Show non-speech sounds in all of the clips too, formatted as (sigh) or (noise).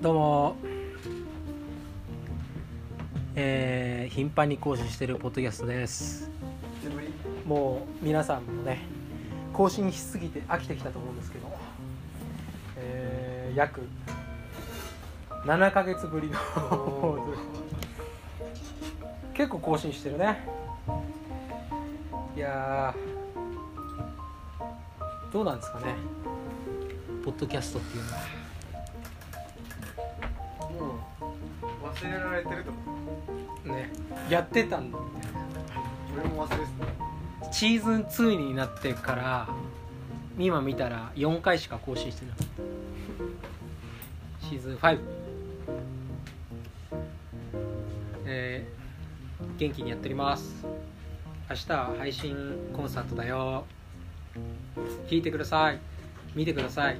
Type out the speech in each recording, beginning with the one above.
どうもえー頻繁に更新してるポッドキャストです久しぶりもう皆さんもね更新しすぎて飽きてきたと思うんですけど、えー約7ヶ月ぶりの (laughs) 結構更新してるねいやーどうなんですかねポッドキャストっていうのはもう忘れられてると思うねやってたんだ俺も忘れてシーズン2になってから今見たら4回しか更新してなかったシーズン5えー元気にやっております明日は配信コンサートだよ聞いてください見てください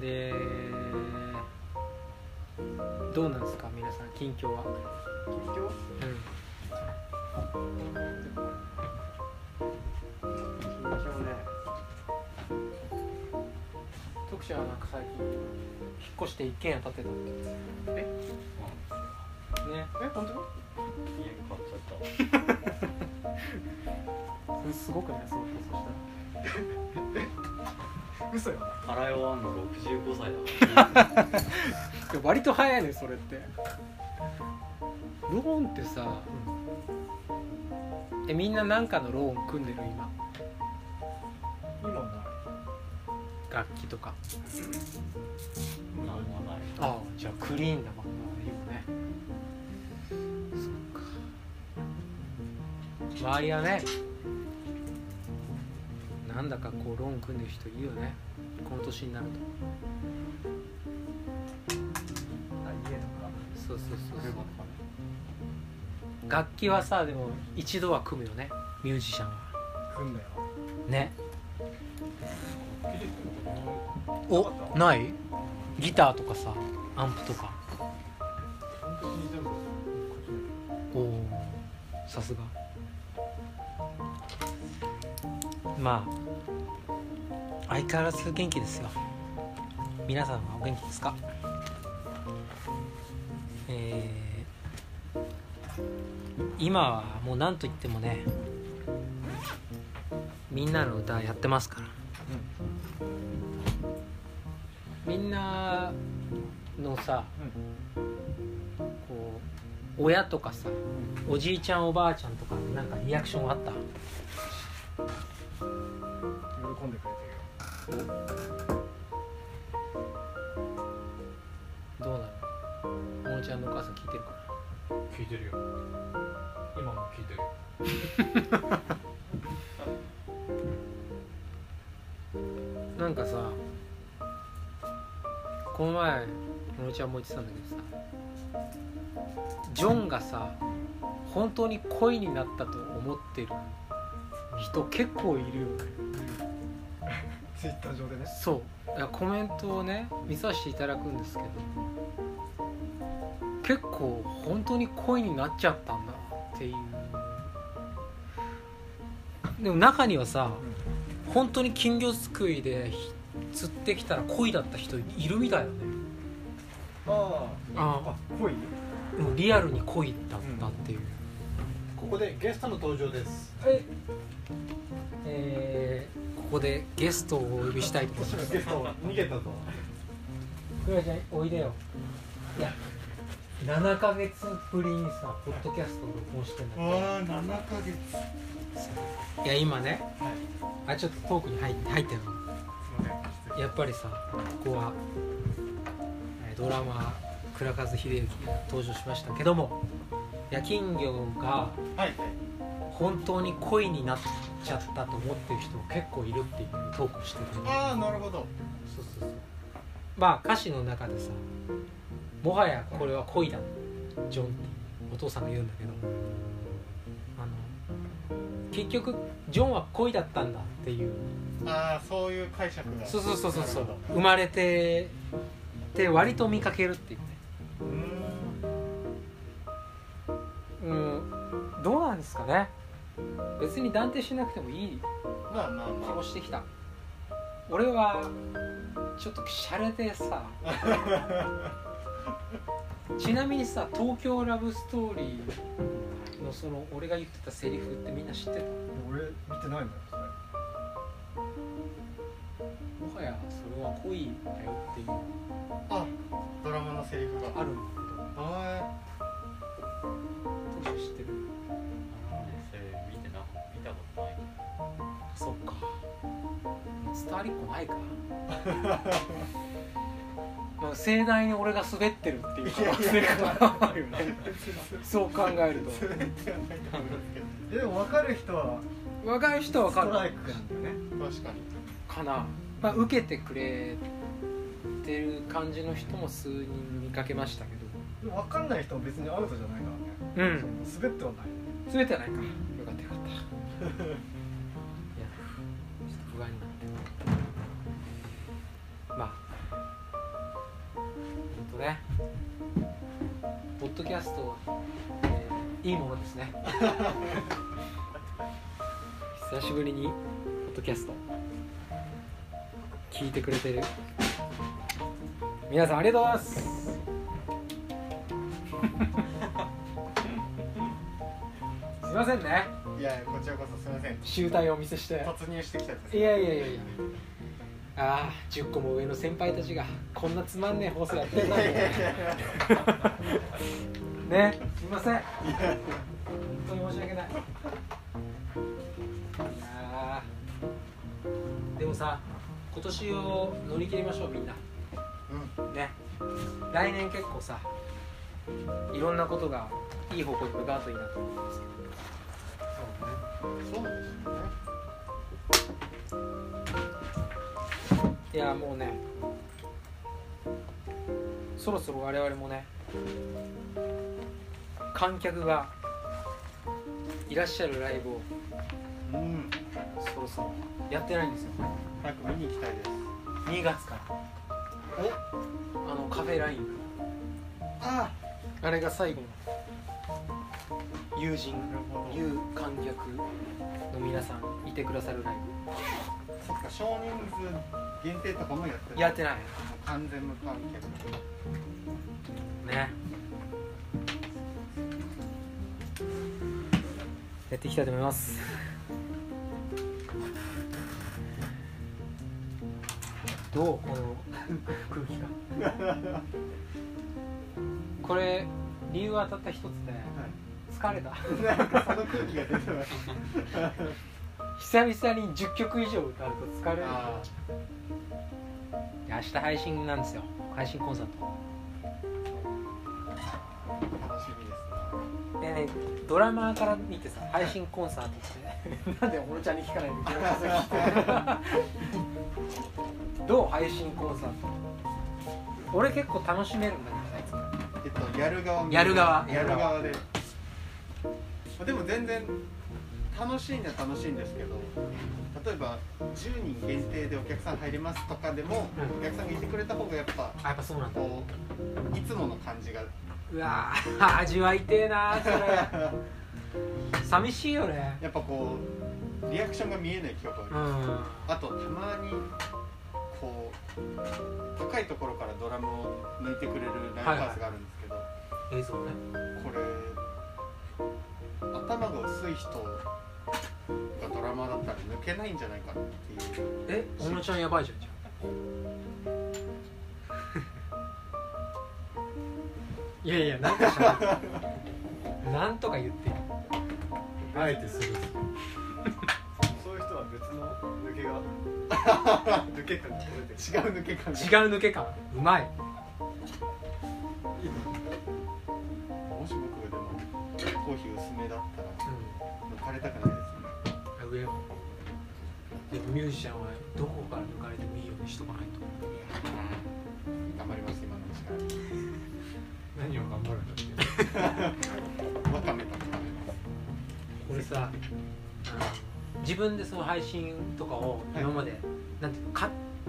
でどうなんですか皆さん近況はた結局緊張ね徳ちゃんはなんか最近引っ越して一軒家建てたってえねえ本当に家買っちゃったそれすごくないそうそし嘘よ払い終わんの65歳たらいや割と早いねそれってローンってさ、えみんな何かのローン組んでる今今もあ楽器とかだなんもないああじゃあクリーンなまんまだね今ねそっか周りはねなんだかこうローン組んでる人いるよねこの年になると家とかそうそうそうそ車とうかね楽器はさでも一度は組むよねミュージシャンは来んだよねおないギターとかさアンプとか本当に全部おおさすがまあ相変わらず元気ですよ皆さんはお元気ですかえー今はもう何と言ってもねみんなの歌やってますから、みんなのさ、こう親とかさおじいちゃんおばあちゃんとかなんかリアクションあった喜んでくれてるよどうなのおもちゃんのお母さん聞いてるか聞いてるよ今も聞いてるよ (laughs) ななんかさこの前おもちゃんも言ってたんだけどさジョンがさ本当に恋になったと思ってる人結構いるよねツイッター上でねそうだからコメントをね見させていただくんですけど結構本当に恋になっちゃったんだっていうでも中にはさ本当に金魚すくいでひ釣ってきたら恋だった人いるみたいだねあああ恋リアルに恋だったっていう、ここでゲストの登場ですええーここでゲストをお呼びしたいと思いますゲスト逃げたぞくらちゃんおいでよいや7ヶ月ぶりにさポッドキャストを録音してんだけどあ7ヶ月いや今ねはいあちょっとトークに入って入ってるすいません失礼やっぱりさここはえードラマ「倉和秀行」が登場しましたけどもいや金魚がはい本当に恋になっちゃったと思ってる人結構いるっていうトークをしてるああなるほどそうそうそうまあ歌詞の中でさもはやこれは恋だジョンってお父さんが言うんだけどあの結局ジョンは恋だったんだっていうああそういう解釈がそうそうそうそうそう生まれてって割と見かけるっていうねうーんうんどうなんですかね別に断定しなくてもいいまあまあまあしてきた俺はちょっと洒落てさちなみにさ「東京ラブストーリー」のその俺が言ってたセリフってみんな知ってた俺見てないんだよそれもはやそれは恋だよっていうあドラマのセリフがあるんだあけどどうして知ってるそれ見てな見たことないそっか伝わりっこないかまあ盛大に俺が滑ってるっていう可能性があるよねそう考えるそれってはないと思うんですけえでも分かる人はと若い人はスト分かラるイクなんだよねど確かにかな、まあ、受けてくれてる感じの人も数人見かけましたけでも分かんない人は別にアウトじゃないからね、うその滑ってはないど滑ってはないかよかったよかったいやちょっと不安になってまあほんとねポッドキャスト、えーいいものですね久しぶりにポッドキャスト聞いてくれてる皆さんありがとうございますすいませんねいやこちらこそすいません集大をお見せして突入してきたやつですいやいやいやいやああ10個も上の先輩たちがこんなつまんねえ放送やってんなみたいなねすいません本当に申し訳ないいやーでもさ今年を乗り切りましょうみんなうんね来年結構さいろんなことがいい方向に向かうといいなと思うんですけどそうねそうですよねいやもうねそろそろ我々もね観客がいらっしゃるライブをうんそろそろやってないんですよ早く見に行きたいです2月からえあのカフェラインああれが最後の友人なるほど友観客の皆さんいてくださるライそっか少人数限定とかもやってブるやってない完全無観客ねやっていきたいと思いますどうこの空気がこれ理由はたった一つで疲れた (laughs) なんかその空気が出てます久々に10曲以上歌うと疲れるあ明日配信なんですよ配信コンサートー楽しみでですねねドラマーから見てさ配信コンサートって (laughs) なんで小野ちゃんに聞かないのどう配信コンサート俺結構楽しめるんだけどねえっとやる側もやる側やる側ででも全然楽しいんは楽しいんですけど例えば10人限定でお客さん入れますとかでも、うんお客さんがいてくれた方がやっぱあやっぱそうなんだこういつもの感じがうわー味わいてえなーそれ寂しいよねやっぱこうリアクションが見えない記憶がありうますんあとたまにこう高いところからドラムを抜いてくれるライブハウスがあるんですけど、映像ねこれ頭が薄い人がドラマーだったら抜けないんじゃないかっていうえ小野ちゃんやばいじゃんじゃ (laughs) あいやいやなんかしゃべるなんとか言ってよあえてするそういう人は別の抜けが (laughs) 抜け感が取れてる違う抜け感が違う抜け感うまいもし僕がでもコーヒー薄めだったら抜かれたくないですね上をでもミュージシャンはどこから抜かれてもいいようにしとかないと頑張ります今のうち何を頑張るんだってからわかめとかこれさあの自分でその配信とかを今まで、なんていうのか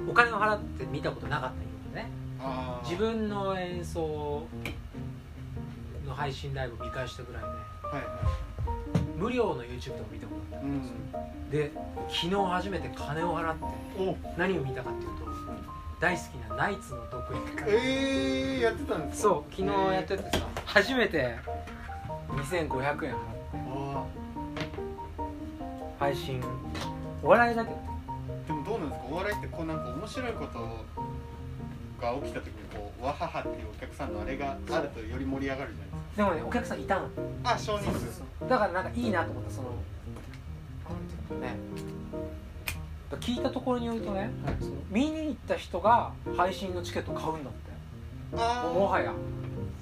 お金を払って見たことなかったようなねあー自分の演奏の配信ライブ見返したぐらいではいはい無無料の YouTube とか見たことあうんったで昨日初めて金を払ってお何を見たかっていうと大好きなナイツの独演会えー、やってたんですかそう昨日やっててさ初めて2500円払ってあ配信お笑いだけどーでもどうなんですかお笑いってこうなんか面白いことが起きた時にこうわははっていうお客さんのあれがあるとより盛り上がるじゃないですかでもねお客さんいたのあ少人数だからなんかいいなと思ったそのねだから聞いたところによるとね、その見に行った人が配信のチケット買うんだってあもはや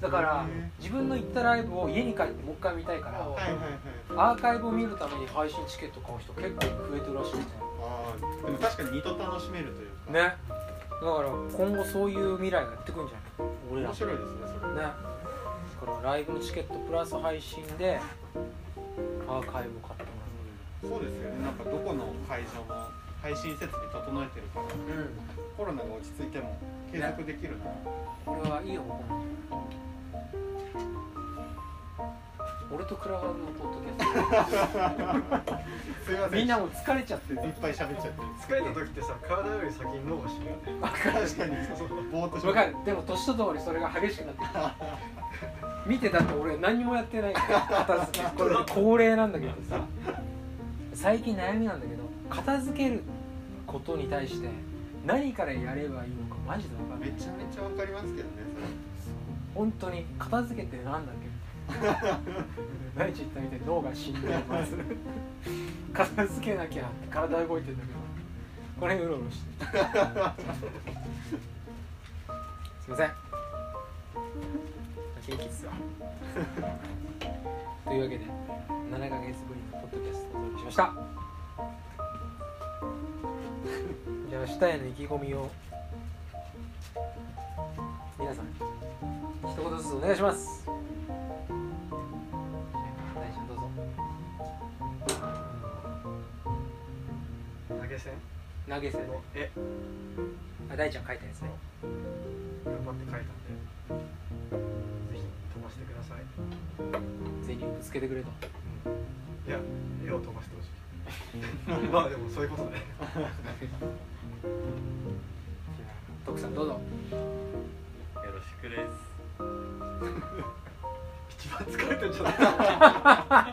だからへ自分の行ったライブを家に帰ってもう一回見たいからーはいはいはいアーカイブを見るために配信チケット買う人結構増えてるらしいですねあーでも確かに二度楽しめるというかねだから今後そういう未来がやってくるんじゃない俺ら面ね白いですねそれだからライブのチケットプラス配信でアーカイブ買ってもそうですよねなんかどこの会場も配信設備整えてるかららううんコロナが落ち着いても継続できるな、 (laughs) これはいい方向なんだよ俺とクラガーのポッドキャスすいまトせん (laughs) みんなもう疲れちゃ (laughs) っていっぱい喋っちゃ疲ってれた時ってさ体より先に脳が死ぬよね確かにぼーっとしわかるでも年とともにそれが激しくなってきた見てだって俺何もやってないから片付けこれ恒例なんだけどさ最近悩みなんだけど片付けることに対して何からやればいいのかマジで分かんなめいちゃめちゃわかりますけどね本当に片付け (laughs) てなんだっけ大地言ったみたいに脳が死んでます (laughs) 片付けなきゃ体動いてんだけどこれうろうろして (laughs) るすいません元気っすわ (laughs) というわけで7ヶ月ぶりのポッドキャストをお届けしました (laughs) じゃあ明日への意気込みを皆さん一言ずつお願いします大ちゃんどうぞ投げ銭投げ銭の絵あ大ちゃん書いたやつね頑張って描いたんでぜひ飛ばしてください銭をぶつけてくれといや絵を飛ばしてほ (laughs) しいまあでもそういうことね徳さんどうぞよろしくです一番疲れてんじゃない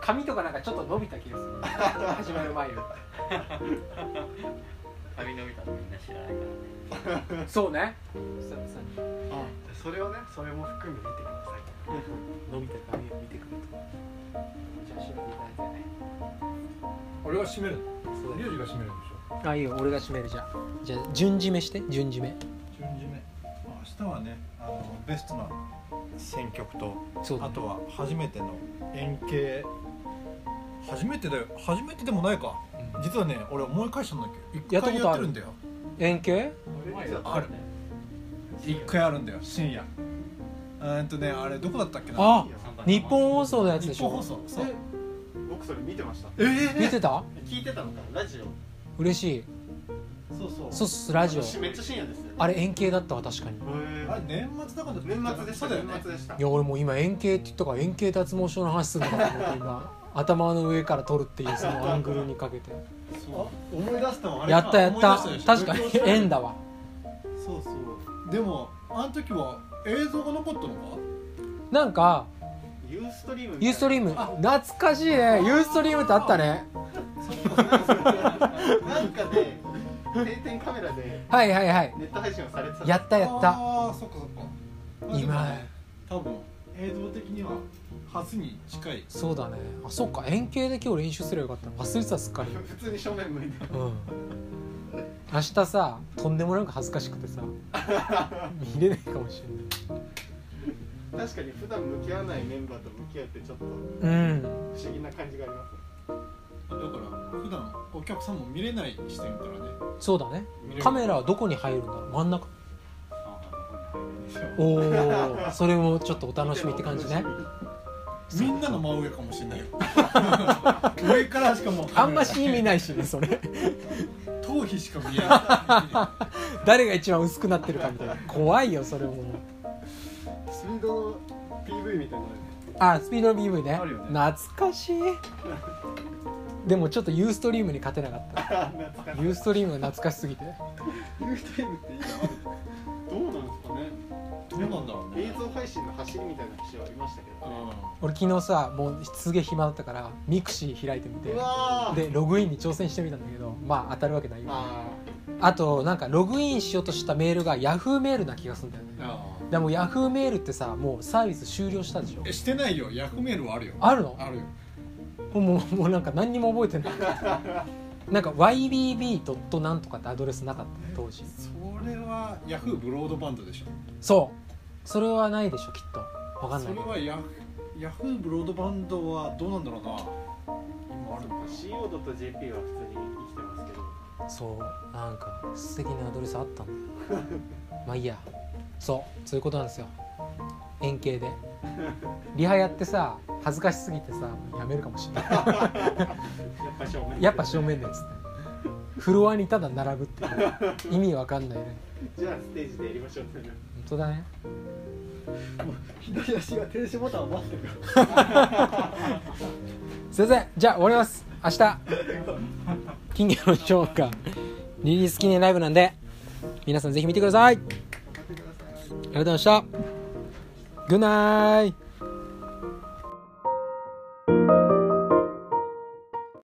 髪とかなんかちょっと伸びた気がする始まる前よ髪伸びたのみんな知らないからねりそうね久々にそれあそれをねそれも含め見てください伸びた髪を見てくれとじゃあ締めていただいてね俺が締めるそうのリュウジが締めるんでしょあいいよ俺が締めるじゃあじゃあ順締めして順締め順次目まあ明日はねあのベストな選曲とそうあとは初めての円形初めてだよ初めてでもないか、うん実はね俺思い返したんだけやど一ったこ回とやあってるるんだよ円形ある一回あるんだよ深夜うーんとねあれどこだったっけなあなんか日本放送のやつで日し本放ょ送そう僕それ見てましたえ見てた聞いてたのかラジオ嬉しいそうそうそうっすラジオめっちゃ深夜ですよねあれ円形だったわ確かにいあれ年末だから年末でしそたうだよね年末でしたや俺もう今円形って言ったから円形脱毛症の話するのかと思って今頭の上から撮るっていうそのアングルにかけてあ思い出したわあれやったやった思い出したで確しょかに (laughs) 円だわそうそうでもあの時は映像が残ったのかなんかユーストリームみたいなユーストリーム懐かしいねユーストリームってあったねなんかで定点カメラではいはいはいネット配信をされてたやったやったああそっかそっかまあでも今多分映像的には初に近いそうだねあそっか円形で今日練習すればよかったの忘れてたすっかり普通に正面向いてうん明日さとんでもなく恥ずかしくてさ見れないかもし確かに普段向き合わないメンバーと向き合ってちょっと不れないうん思議な感じがありますねだから普段お客さんも見れない視点からねそうだね見れるカメラはどこに入るんだろう真ん中あ日本に入るおお (laughs) それもちょっとお楽しみって感じねみんなの真上かもしれないよ上からしかもうあんまし意味ないいしねそれ頭皮しか見えない誰が一番薄くなってるかみたいな怖いよそれもそスピードの PV みたいなのあるねあスピードの BV ねあるよね懐かしいでもちょっとユーストリームに勝てなかったあ懐かしいユーストリームが懐かしすぎてユーストリームって今どうなんですかねどうなんだろうね映像配信の走りみたいな機種はありましたけどね俺昨日さもうすげえ暇だったからミクシー開いてみてうわーでログインに挑戦してみたんだけどまあ当たるわけないよああとなんかログインしようとしたメールがヤフーメールな気がするんだよねあでもヤフーメールってさもうサービス終了したでしょえしてないよヤフーメールはあるよあるのあるよもうもうなんか何にも覚え (laughs) てないなんか YBB. なんとかってアドレスなかった当時それはヤフーブロードバンドでしょそうそれはないでしょきっとわかんそないれけどはヤフヤフーブロードバンドはどうなんだろうな今あるのかなあ CO.jp は普通に生きてますけどそうなんか素敵なアドレスあった (laughs) んだよまあいいやそうそういうことなんですよ円形でリハやってさ恥ずかしすぎてさやめるかもしれないやっぱ正面やっぱ正面のやつってフロアにただ並ぶっていう意味わかんないねじゃあステージでやりましょうって本当だね左足が停止ボタンを待ってるすいませんじゃあ終わります明日金魚のショーがリリース記念ライブなんで皆さんぜひ見てくださいありがとうございましたグッナイ